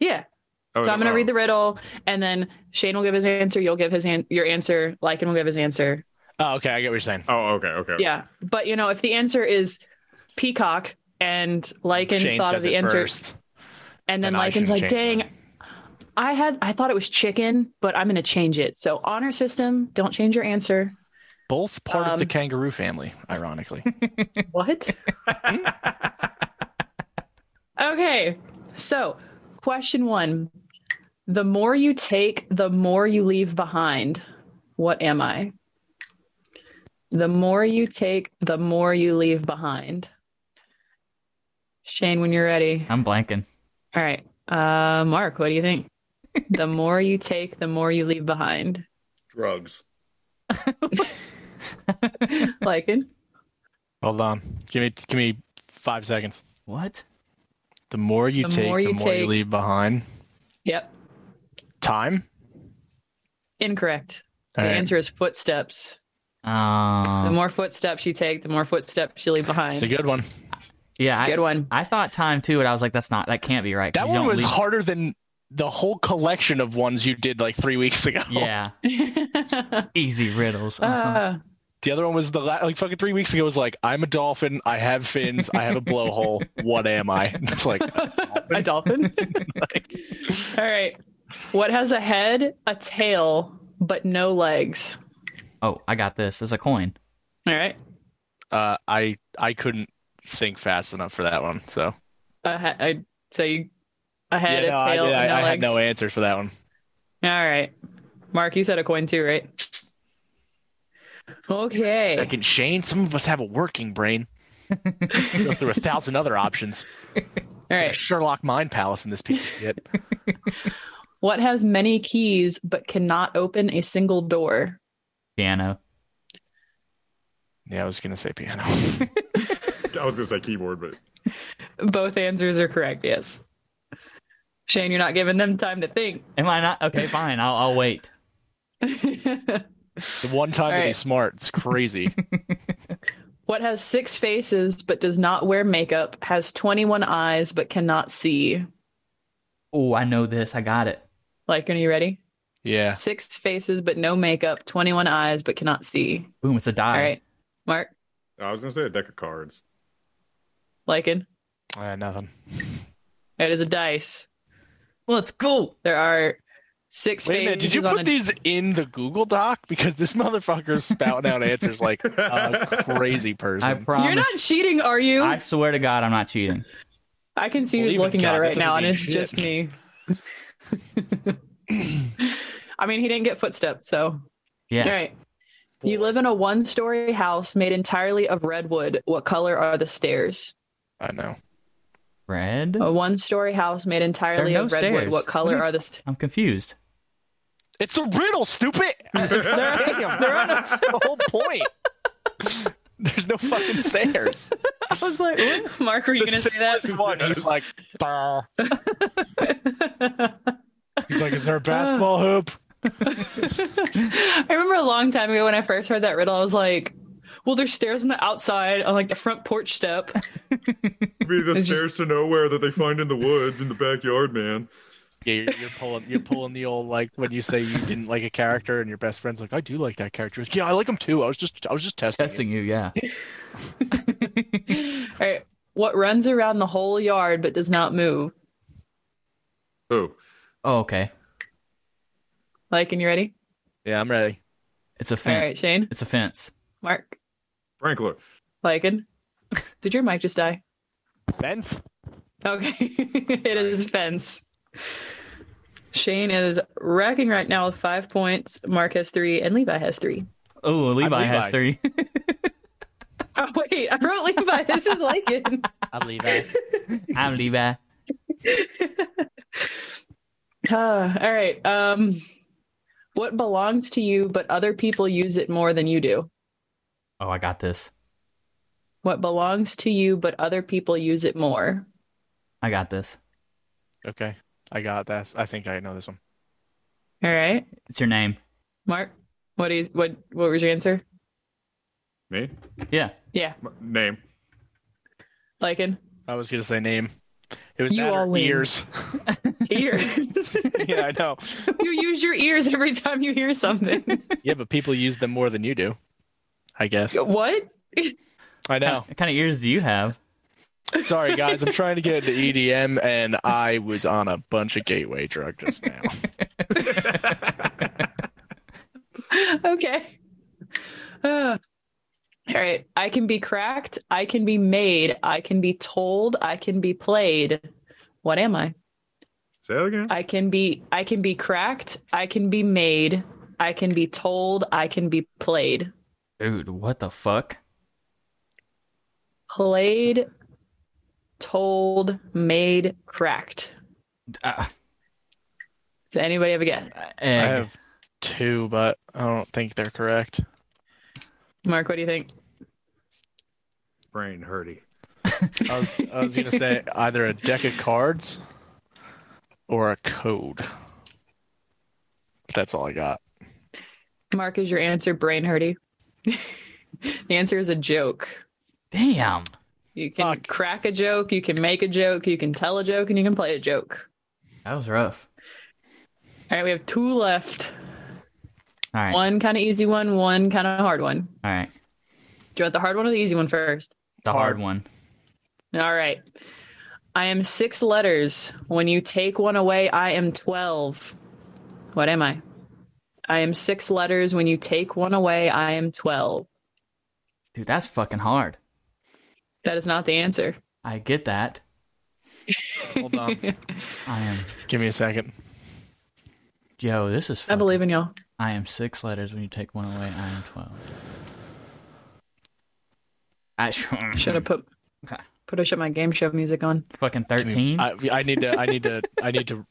S3: Yeah.
S1: Oh,
S3: so I'm gonna
S1: oh.
S3: read the riddle, and then Shane will give his answer. You'll give his an- your answer. Lycan will give his answer.
S4: Oh, okay. I get what you're saying.
S1: Oh, okay, okay.
S3: Yeah, but you know if the answer is peacock and Lycan
S4: Shane
S3: thought
S4: says
S3: of the
S4: it
S3: answer.
S4: first,
S3: And then
S4: and I
S3: Lycan's
S4: shouldn't
S3: like,
S4: change
S3: dang, I had I thought it was chicken, but I'm gonna change it. So honor system, don't change your answer.
S4: Both part of the
S3: Um,
S4: kangaroo family, ironically.
S3: What? okay. So question one. The more you take, the more you leave behind. What am I? The more you take, the more you leave behind. Shane, when you're ready.
S2: I'm blanking.
S3: All right. Uh, Mark, what do you think? the more you take, the more you leave behind.
S1: Drugs.
S3: Lycan?
S4: Hold on. Give me give me five seconds.
S2: What?
S4: The more you
S3: The
S4: take,
S3: more you
S4: the more you
S3: take-
S4: leave behind.
S3: Yep.
S4: Time.
S3: Incorrect.
S4: All
S3: the
S4: right.
S3: answer is footsteps. The
S2: Um,
S3: more footsteps you take, the more footsteps you leave behind.
S4: Uh-huh. It's a good one.
S2: yeah.
S3: It's a
S2: I,
S3: good one.
S2: I thought time too, and I was like, that's not, that can't be right. 'cause
S4: That
S2: you
S4: one
S2: don't
S4: was
S2: leave-
S4: harder than the whole collection of ones you did like three weeks ago.
S2: Yeah. Easy riddles. Uh-huh.
S3: Ah,
S4: The other one was the la- like fucking three weeks ago was like I'm a dolphin, I have fins, I have a blowhole. What am I? It's like
S3: a dolphin. All right. What has a head, a tail, but no legs?
S2: oh, I got this. It's a coin.
S3: All right.
S4: uh, I I couldn't think fast enough for that one. So
S3: A he- I- so you a head,
S4: yeah, no,
S3: a
S4: I,
S3: tail,
S4: did- I-
S3: and no
S4: I had
S3: legs.
S4: no answer for that one.
S3: All right. Mark, you said a coin too, right? Okay.
S4: Second Shane, some of us have a working brain. Go through a thousand other options.
S3: All
S4: Like a
S3: right.
S4: Sherlock Mind Palace in this piece of shit.
S3: What has many keys but cannot open a single door?
S2: Piano.
S4: Yeah, I was gonna say piano.
S1: I was gonna say keyboard, but
S3: Both answers are correct, yes. Shane, you're not giving them time to think.
S2: Am I not? Okay, fine. I'll, I'll wait.
S4: the one time that
S3: Alright.
S4: he's smart, it's crazy.
S3: what has six faces but does not wear makeup, has 21 eyes but cannot see?
S2: Oh, I know this. I got it.
S3: Like, are you ready?
S4: Yeah.
S3: Six faces but no makeup, 21 eyes but cannot see.
S2: Boom. It's a die.
S3: All right. Mark,
S1: I was gonna say a deck of cards.
S3: Lycan,
S4: Uh, nothing.
S3: it is a dice.
S2: Let's go.
S3: There are Six
S4: Wait a minute, did you
S3: phases on
S4: put
S3: a-
S4: these in the Google Doc? Because this motherfucker's spouting out answers like a crazy person.
S2: I promise.
S3: You're not cheating, are you?
S2: I
S3: I,
S2: swear to God, I'm not cheating.
S3: can see
S4: Believe
S3: who's
S4: in
S3: looking at
S4: God,
S3: it
S4: that
S3: right now, and
S4: doesn't mean
S3: it's just
S4: shit.
S3: me. I mean, he didn't get footsteps, so all
S2: Yeah.
S3: right. You live in a one-story house made entirely of redwood. What color are the stairs?
S4: I know.
S2: Red?
S3: A one-story house made entirely
S2: There are
S3: of
S2: no
S3: redwood.
S2: stairs.
S3: What color are the? St-
S2: I'm confused.
S4: It's a riddle, stupid. Damn, that's the whole point. There's no fucking stairs.
S2: I was like, what?
S3: Mark, were you
S4: The simplest One, he's like, "Duh." he's like, is there a basketball hoop?
S3: I remember a long time ago when I first heard that riddle, I was like, "Well, there's stairs on the outside on like the front porch step."
S1: Be the
S3: It's
S1: stairs to nowhere that they find in the woods in the backyard, man.
S4: Yeah, you're, you're pulling, you're pulling the old like when you say you didn't like a character, and your best friend's like, I do like that character. Like, yeah, I like him too. I was just, I was just testing. it."
S2: Testing you, yeah.
S3: All right, what runs around the whole yard but does not move?
S1: Who?
S2: Oh, okay.
S3: Like, and you ready?
S4: Yeah, I'm ready.
S2: It's a
S3: All
S2: fence.
S3: right, Shane,
S2: It's a fence.
S3: Mark,
S1: Frankler.
S3: Lycan. Did your mic just die?
S4: Fence.
S3: Okay, it is fence. Shane is racking right now with five points. Mark has three, and Levi has three.
S2: Oh, Levi, has
S4: Levi.
S2: three.
S3: Oh, wait, I wrote Levi. This is Lycan.
S4: I believe that.
S2: I'm Levi.
S3: Uh, all right. Um, what belongs to you, but other people use it more than you do?
S2: Oh, I got this.
S3: What belongs to you, but other people use it more?
S2: I got this.
S4: Okay, I got this. I think I know this one.
S3: All right,
S2: It's your name.
S3: Mark. What is what? What was your answer?
S1: Me?
S2: Yeah.
S3: Yeah,
S1: M- name.
S3: Lycan.
S4: I was gonna say name. It was
S3: You
S4: that or
S3: all win.
S4: ears.
S3: Ears.
S4: yeah, I know.
S3: you use your ears every time you hear something.
S4: Yeah, but people use them more than you do. I guess.
S3: what?
S4: I know.
S2: What kind of ears do you have?
S4: Sorry, guys. I'm trying to get into EDM, and I was on a bunch of gateway drug just now.
S3: Okay. Uh, all right. I can be cracked. I can be made. I can be told. I can be played. What am I?
S1: Say that again.
S3: I can be I can be cracked, I can be made, I can be told, I can be played.
S2: Dude, what the fuck?
S3: Played, told, made, cracked.
S2: Uh,
S3: Does anybody have a guess?
S4: I
S2: egg.
S4: have two, but I don't think they're correct.
S3: Mark, what do you think?
S1: Brain hurty.
S4: I was, I was gonna say either a deck of cards or a code. That's all I got.
S3: Mark, is your answer brain hurty? the answer is a joke.
S2: Damn.
S3: You can
S4: Fuck.
S3: crack a joke, you can make a joke, you can tell a joke, and you can play a joke.
S2: That was rough.
S3: All right, we have two left.
S2: All right.
S3: One kind of easy one, one kind of hard one.
S2: All right.
S3: Do you want the hard one or the easy one first?
S2: The hard,
S4: Hard.
S2: one.
S3: All right. I am six letters. When you take one away, I am 12. What am I? I am six letters. When you take one away, I am 12.
S2: Dude, that's fucking hard.
S3: That is not the answer.
S2: I get that.
S4: Hold on.
S2: I am.
S4: Give me a second.
S2: Yo, this is.
S3: I
S2: Fucking,
S3: believe in y'all.
S2: I am six letters. When you take one away, I am twelve. I
S3: Should have put
S2: Okay.
S3: put a shut my game show music on.
S2: fucking
S4: Give me-
S2: thirteen.
S4: I, I need to. I need to. I need to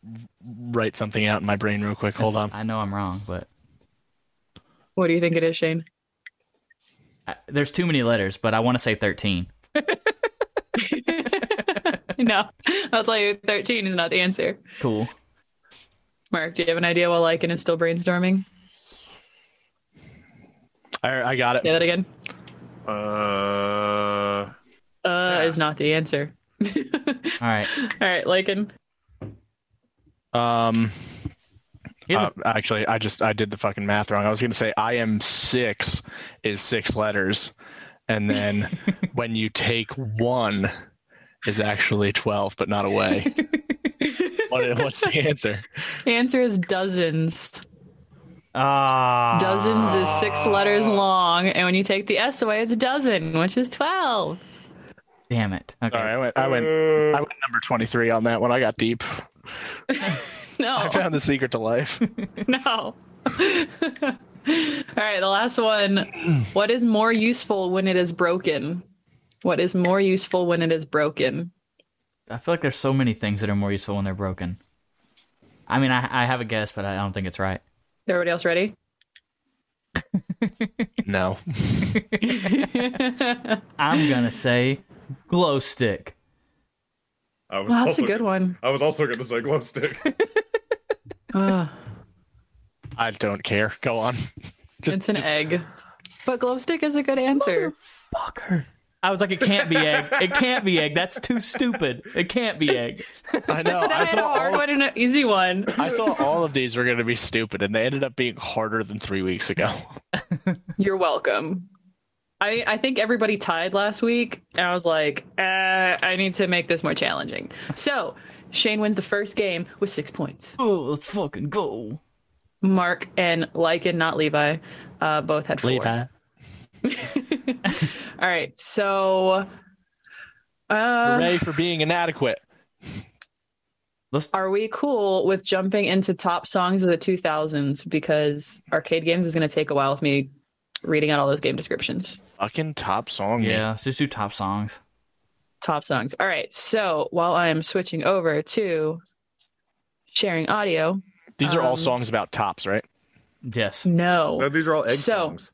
S4: write something out in my brain real quick. Hold on.
S2: I know I'm wrong, but
S3: What do you think it is, Shane?
S2: I, uh, there's too many letters. But I want to say thirteen.
S3: No, I'll tell you, 13 is not the answer.
S2: Cool.
S3: Mark, do you have an idea while Lycan is still brainstorming?
S4: I, I got
S3: Say
S4: it.
S3: that again.
S1: Uh,
S3: Uh, is not the answer. All
S2: All right.
S3: right, Lycan.
S4: Um.
S2: He has a-
S4: uh, actually, I just I did the fucking math wrong. I was gonna say I am six is six letters, and then when you take one is actually twelve, but not away. What, what's the answer?
S3: The answer is dozens.
S2: Ah.
S3: Dozens is six letters long, and when you take the S away, it's dozen, which is twelve.
S2: Damn it. Okay.
S4: All right, I went, I went,
S1: uh,
S4: I went number twenty-three on that one. I got deep.
S3: No,
S4: I found the secret to life.
S3: no. All right, the last one. What is more useful when it is broken? What is more useful when it is broken?
S2: I feel like there's so many things that are more useful when they're broken. I mean, I, I have a guess, but I don't think it's right.
S3: Everybody else ready?
S4: No.
S2: I'm gonna say glow stick.
S1: I was
S3: Well, that's a
S1: also-
S3: good one.
S1: I was also going to say glow stick.
S3: Ugh,
S4: I don't care. Go on.
S3: it's an egg. But glow stick is a good answer.
S2: Fucker. I was like, it can't be egg. It can't be egg. That's too stupid. It can't be egg.
S4: I know.
S3: I
S4: I
S3: had a
S4: thought,
S3: hard
S4: all,
S3: one and an easy one.
S4: I thought all of these were going to be stupid, and they ended up being harder than three weeks ago.
S3: You're welcome. I I think everybody tied last week, and I was like, uh, I need to make this more challenging. So Shane wins the first game with six points.
S2: Oh, let's fucking go.
S3: Mark and Lycan, not Levi, uh, both had four. All right, so. Uh,
S4: Hooray for being inadequate.
S2: Let's.
S3: are we cool with jumping into top songs of the 2000s? Because arcade games is going to take a while with me reading out all those game descriptions.
S4: Fucking top song. man.
S2: Yeah, let's just do top songs.
S3: top songs. All right. So while I'm switching over to sharing audio,
S4: These are all
S3: Um,
S4: songs about tops, right?
S2: Yes.
S1: No,
S3: no,
S1: these are all egg
S3: So-
S1: songs.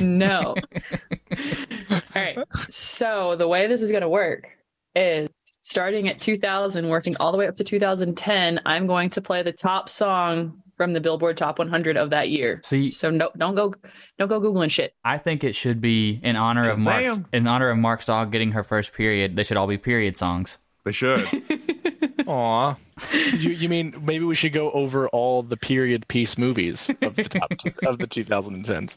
S3: no. all right. So the way this is going to work is starting at 2000, working all the way up to 2010, I'm going to play the top song from the Billboard Top 100 of that year.
S2: See-
S3: so no, don't go, don't go googling shit.
S2: I think it should be in honor of Mark's
S1: Shazam.
S2: in honor of Mark's dog getting her first period. They should all be period songs.
S1: They should.
S4: Aw. you you mean maybe we should go over all the period piece movies of the top of the 2010s?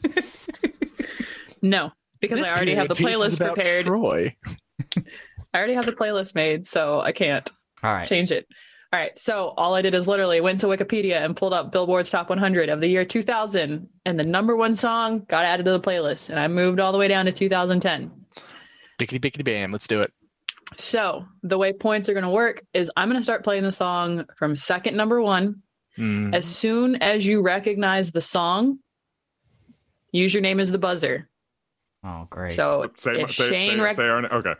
S3: No, because I already have the playlist prepared.
S4: Troy.
S3: I already have the playlist made, so I can't.
S2: All right.
S3: change it. All right. So all I did is literally went to Wikipedia and pulled up Billboard's top 100 of the year 2000, and the number one song got added to the playlist, and I moved all the way down to 2010.
S4: Bickety bickety bam. Let's do it.
S3: So the way points are going to work is I'm going to start playing the song from second number one.
S2: Mm-hmm.
S4: Mm.
S3: As soon as you recognize the song, use your name as the buzzer.
S2: Oh, great.
S3: So
S1: Say,
S3: if
S1: say,
S3: Shane
S1: say,
S3: rec-
S1: say our, okay.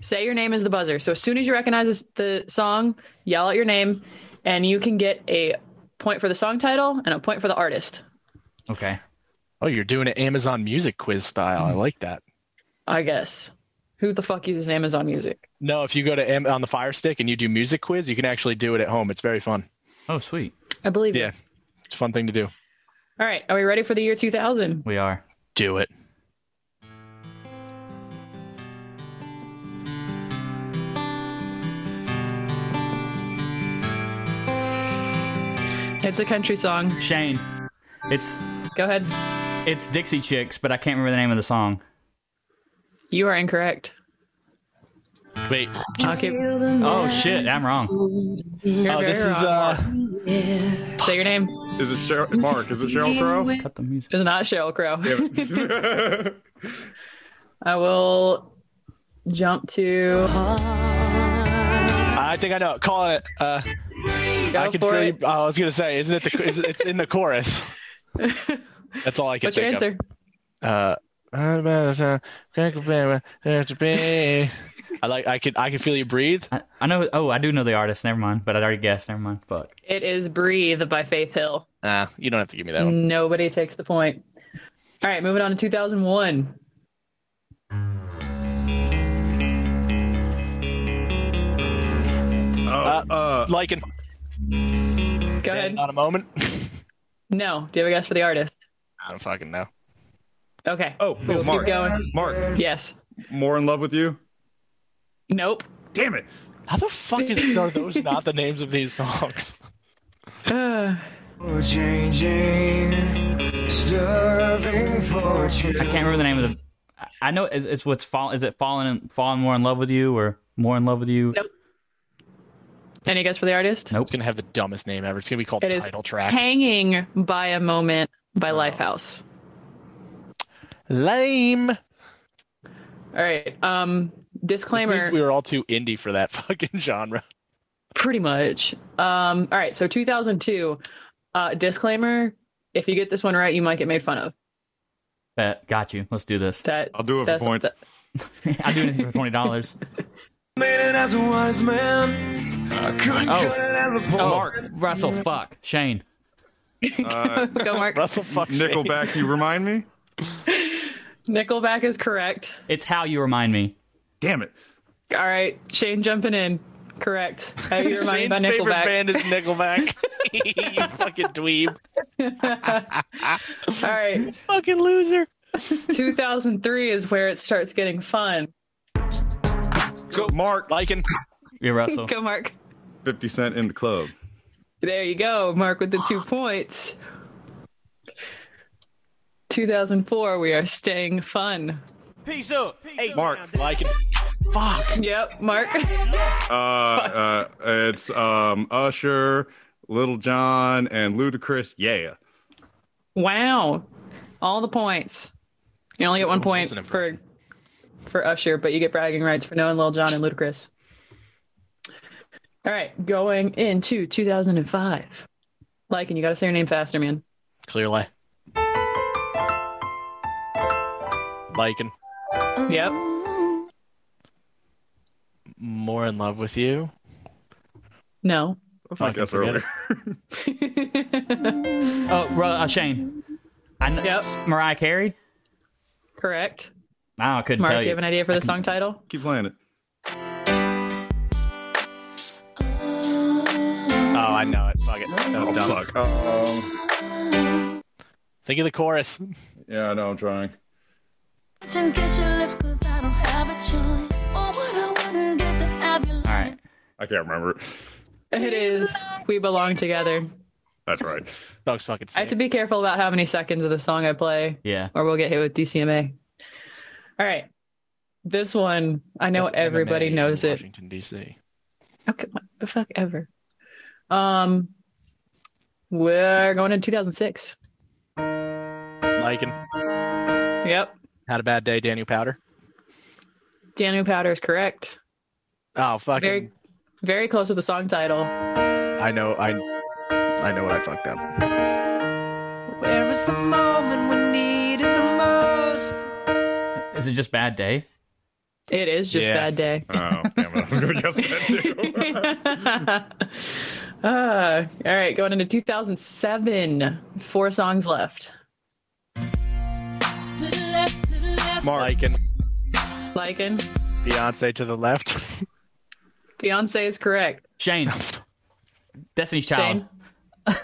S3: say your name is the buzzer. So as soon as you recognize this- the song, yell out your name, and you can get a point for the song title and a point for the artist.
S2: okay.
S4: Oh, you're doing it Amazon Music quiz style. I like that.
S3: I guess. Who the fuck uses Amazon Music?
S4: No, if you go to Am- on the Fire Stick and you do music quiz, you can actually do it at home. It's very fun.
S2: Oh, sweet.
S3: I believe you.
S4: Yeah, it's a fun thing to do.
S3: All right, are we ready for the year 2000?
S2: We are.
S4: Do it.
S3: It's a country song.
S2: Shane, it's
S3: Go ahead.
S2: it's Dixie Chicks, but I can't remember the name of the song.
S3: You are incorrect.
S4: Wait.
S3: I'll keep, you're
S2: Oh shit, I'm wrong.
S4: Oh,
S3: very
S4: this is
S3: wrong.
S4: uh.
S3: Say your name.
S1: Is it Cheryl, Mark? Is it Cheryl Crow?
S2: Cut the music.
S3: It's not Cheryl Crow.
S1: Damn it.
S3: I will jump to.
S4: I think I know. Call it. Uh,
S3: Go
S4: I can
S3: for
S4: feel
S3: it.
S4: you. Oh, I was gonna say, isn't it the? is it, it's in the chorus. That's all I can
S3: What's your
S4: think
S3: answer?
S4: of. Uh, I like. I can. I can feel you breathe.
S2: I, I know. Oh, I do know the artist. Never mind. But I'd already guessed. Never mind. Fuck.
S3: It is Breathe by Faith Hill.
S4: Uh, you don't have to give me that one.
S3: Nobody takes the point. All right, moving on to 2001.
S1: Oh, uh,
S4: Like in
S3: Go Mm. ahead.
S4: not a moment.
S3: No. Do you have a guess for the artist?
S4: I don't fucking know.
S3: Okay.
S1: oh,
S3: We'll keep
S1: Mark.
S3: going.
S1: Mark,
S3: Yes.
S1: more in love with you.
S3: Nope.
S1: Damn it!
S4: How the fuck is are those not the names of these songs?
S3: Uh,
S6: We're changing, starving for
S2: I
S6: change.
S2: can't remember the name of the. I- I know it's, it's what's fall. Is it falling falling more in love with you or more in love with you?
S3: Nope. Any guess for the artist?
S2: Nope.
S4: It's gonna have the dumbest name ever. It's gonna be called
S3: It is
S4: title track.
S3: Hanging by a Moment by Lifehouse.
S4: Lame.
S3: All right. Um,
S4: This
S3: disclaimer.
S4: means we were all too indie for that fucking genre.
S3: Pretty much. Um, all right. So 2002. Uh, disclaimer. If you get this one right, you might get made fun of.
S2: Bet. Got you. Let's do this.
S3: That
S1: I'll do it for
S3: that's
S1: points.
S3: that-
S2: I do anything for twenty dollars.
S6: Made it as a wise man. I couldn't
S4: Oh.
S6: cut it as a poor
S2: Mark Oh, Russell. Fuck Shane.
S1: Uh,
S3: Go, Mark.
S4: Russell fuck
S1: Nickelback, you remind me?
S3: Nickelback is correct.
S2: It's how you remind me.
S1: Damn it.
S3: All right. Shane jumping in. Correct. How you reminded by
S4: Shane's favorite
S3: Nickelback.
S4: band is Nickelback. you fucking dweeb.
S3: All right.
S4: Fucking loser.
S3: 2003 is where it starts getting fun.
S1: Mark,
S4: Lycan.
S2: You're Russell.
S3: Go, Mark.
S1: 50 Cent in the club.
S3: There you go, Mark, with the two points. 2004, we are staying fun.
S7: Peace up. Hey,
S1: Mark,
S4: Lycan. Fuck.
S3: Yep, Mark.
S1: uh, uh, it's um, Usher, Little John, and Ludacris. Yeah.
S3: Wow, all the points. You only get one
S4: Ooh,
S3: point
S4: that's an
S3: for for Usher, but you get bragging rights for knowing Lil Jon and Ludacris. All right, going into 2005. Lycan, you got to say your name faster, man.
S4: Clearly. Lycan.
S3: Yep.
S4: More in love with you.
S3: No.
S1: That's like
S4: Fucking
S1: us
S4: forget
S1: earlier.
S2: Oh, Ru- uh, Shane. I kn-
S3: Yep.
S2: Mariah Carey.
S3: Correct.
S2: I couldn't
S3: Mark,
S2: tell
S3: do you have an idea for the song title?
S1: Keep playing it.
S4: Oh, I know it. Fuck it. That was dumb.
S1: Fuck. Oh,
S4: Think of the chorus.
S1: yeah, I know. I'm trying.
S8: Just kiss your lips 'cause I don't have a choice. Oh, what I wouldn't give to have you
S2: All right.
S1: I can't remember it.
S3: It is We Belong Together.
S1: That's right.
S4: Dog's fucking
S3: I have to
S4: sick.
S3: be careful about how many seconds of the song I play,
S2: Yeah.
S3: or we'll get hit with DCMA. All right. This one, I know
S4: That's
S3: everybody
S4: MMA in
S3: knows it.
S4: Washington, D.C.
S3: Okay, what the fuck ever. Um, we're going in 2006.
S4: Lycan.
S3: Yep,
S4: Had a bad day, Daniel Powder.
S3: Daniel Powder is correct.
S4: Oh, fucking.
S3: Very, very close to the song title.
S4: I know. I. I know what I fucked up.
S6: Where is the moment we needed the most?
S2: Is it just bad day?
S3: It is just
S4: Yeah.
S3: bad day.
S1: Oh, damn it. I was going to guess that too.
S3: uh, all right, going into 2007. Four songs left.
S8: To the left, to the left.
S4: Mark. Lycan.
S3: Lycan,
S4: Beyonce to the left.
S3: Beyonce is correct.
S2: Shane. Destiny's Child.
S3: Shane?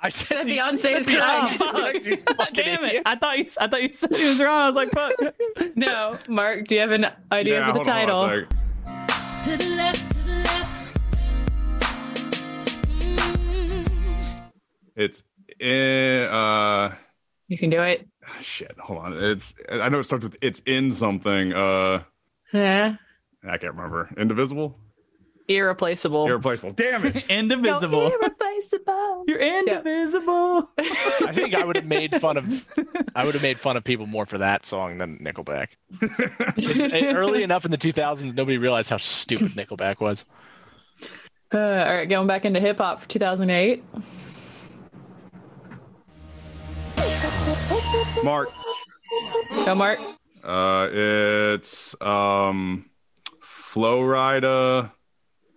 S4: I said
S3: That Beyonce is correct.
S4: You fucking
S2: Oh, Damn it!
S4: idiot.
S2: I thought you. I thought you said he was wrong. I was like, fuck.
S3: no, Mark, do you have an idea
S1: Yeah,
S3: for the
S1: hold on,
S3: title?
S1: hold on a sec.
S8: To the left, to the left. Mm.
S1: It's in, uh,
S3: you can do it.
S1: shit. Hold on. It's, I know it starts with it's in something. Uh,
S3: Yeah.
S1: I can't remember. Indivisible?
S3: Irreplaceable.
S1: Irreplaceable. Damn it.
S2: Indivisible.
S3: Irreplaceable.
S2: You're indivisible.
S4: I think I would have made fun of I would have made fun of people more for that song than Nickelback. It- it- early enough in the 2000s, nobody realized how stupid Nickelback was.
S3: Uh, all right, going back into hip hop for 2008.
S1: Mark.
S3: No, Mark.
S1: Uh, it's um, Flow Rida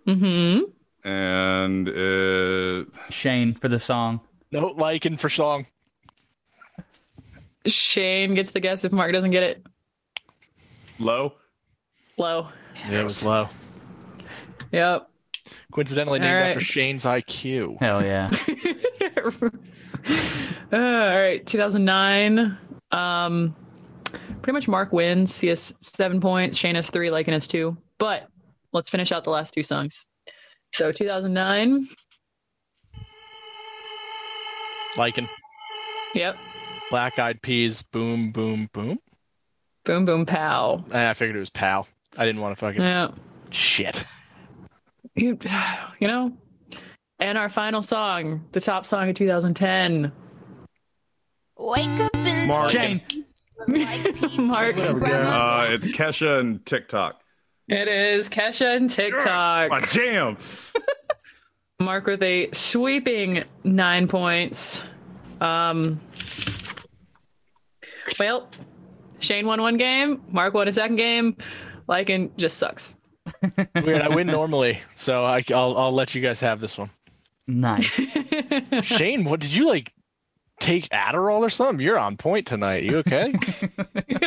S3: Mm-hmm.
S1: and it,
S2: Shane for the song.
S4: No liking for song.
S3: Shane gets the guess if Mark doesn't get it.
S1: Low.
S3: Low.
S4: Yeah, it was low.
S3: Yep.
S4: Coincidentally named
S3: All
S4: after
S3: right.
S4: Shane's IQ.
S2: Hell yeah.
S3: Uh, all right, 2009. Um, pretty much Mark wins. He has seven points. Shane has three. Lycan has two. But let's finish out the last two songs. So 2009.
S4: Liking
S3: Yep.
S4: Black Eyed Peas, boom, boom, boom.
S3: Boom, boom, pow.
S4: Eh, I figured it was Pal. I didn't want to fucking
S3: Yeah.
S4: shit.
S3: you, you know. And our final song, the top song of 2010,
S8: Wake up in
S5: Mark.
S2: Jane.
S3: Mark.
S5: Uh, it's Kesha and TikTok.
S3: It is Kesha and
S5: My
S3: TikTok.
S5: jam.
S3: Mark with a sweeping nine points. Um, well, Shane won one game. Mark won a second game. Lycan just sucks.
S4: Weird. I win normally, so I, will I'll let you guys have this one.
S2: Nice.
S4: Shane, what did you like? Take Adderall or something? You're on point tonight. You okay?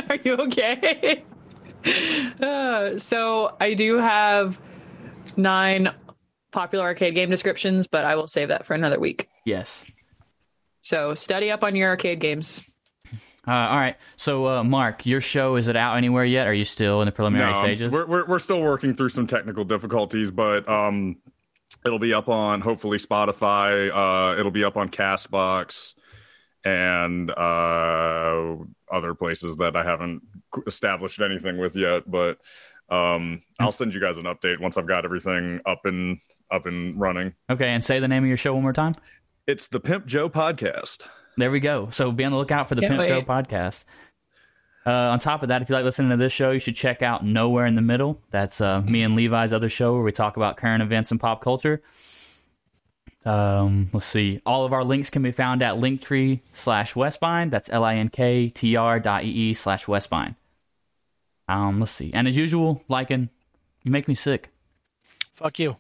S3: Are you okay? Uh, so I do have nine popular arcade game descriptions, but I will save that for another week.
S2: Yes.
S3: So study up on your arcade games.
S2: Uh, all right. So, uh, Mark, your show is it out anywhere yet? Are you still in the preliminary
S5: No, I'm-
S2: stages?
S5: we're, we're, we're still working through some technical difficulties, but um, it'll be up on hopefully Spotify. Uh, it'll be up on Castbox and uh, other places that I haven't qu- established anything with yet. But um, I'll send you guys an update once I've got everything up and up and running.
S2: Okay, and say the name of your show one more time.
S5: It's the Pimp Joe podcast.
S2: There we go. So be on the lookout for the
S3: Can't
S2: Pimp Show
S3: wait.
S2: podcast. Uh, on top of that, if you like listening to this show, you should check out Nowhere in the Middle. That's uh, me and Levi's other show where we talk about current events and pop culture. Um, let's see. All of our links can be found at linktree slash westbind. That's L I N K T R dot E E slash westbind. Um, let's see. And as usual, liking, you make me sick.
S4: Fuck you.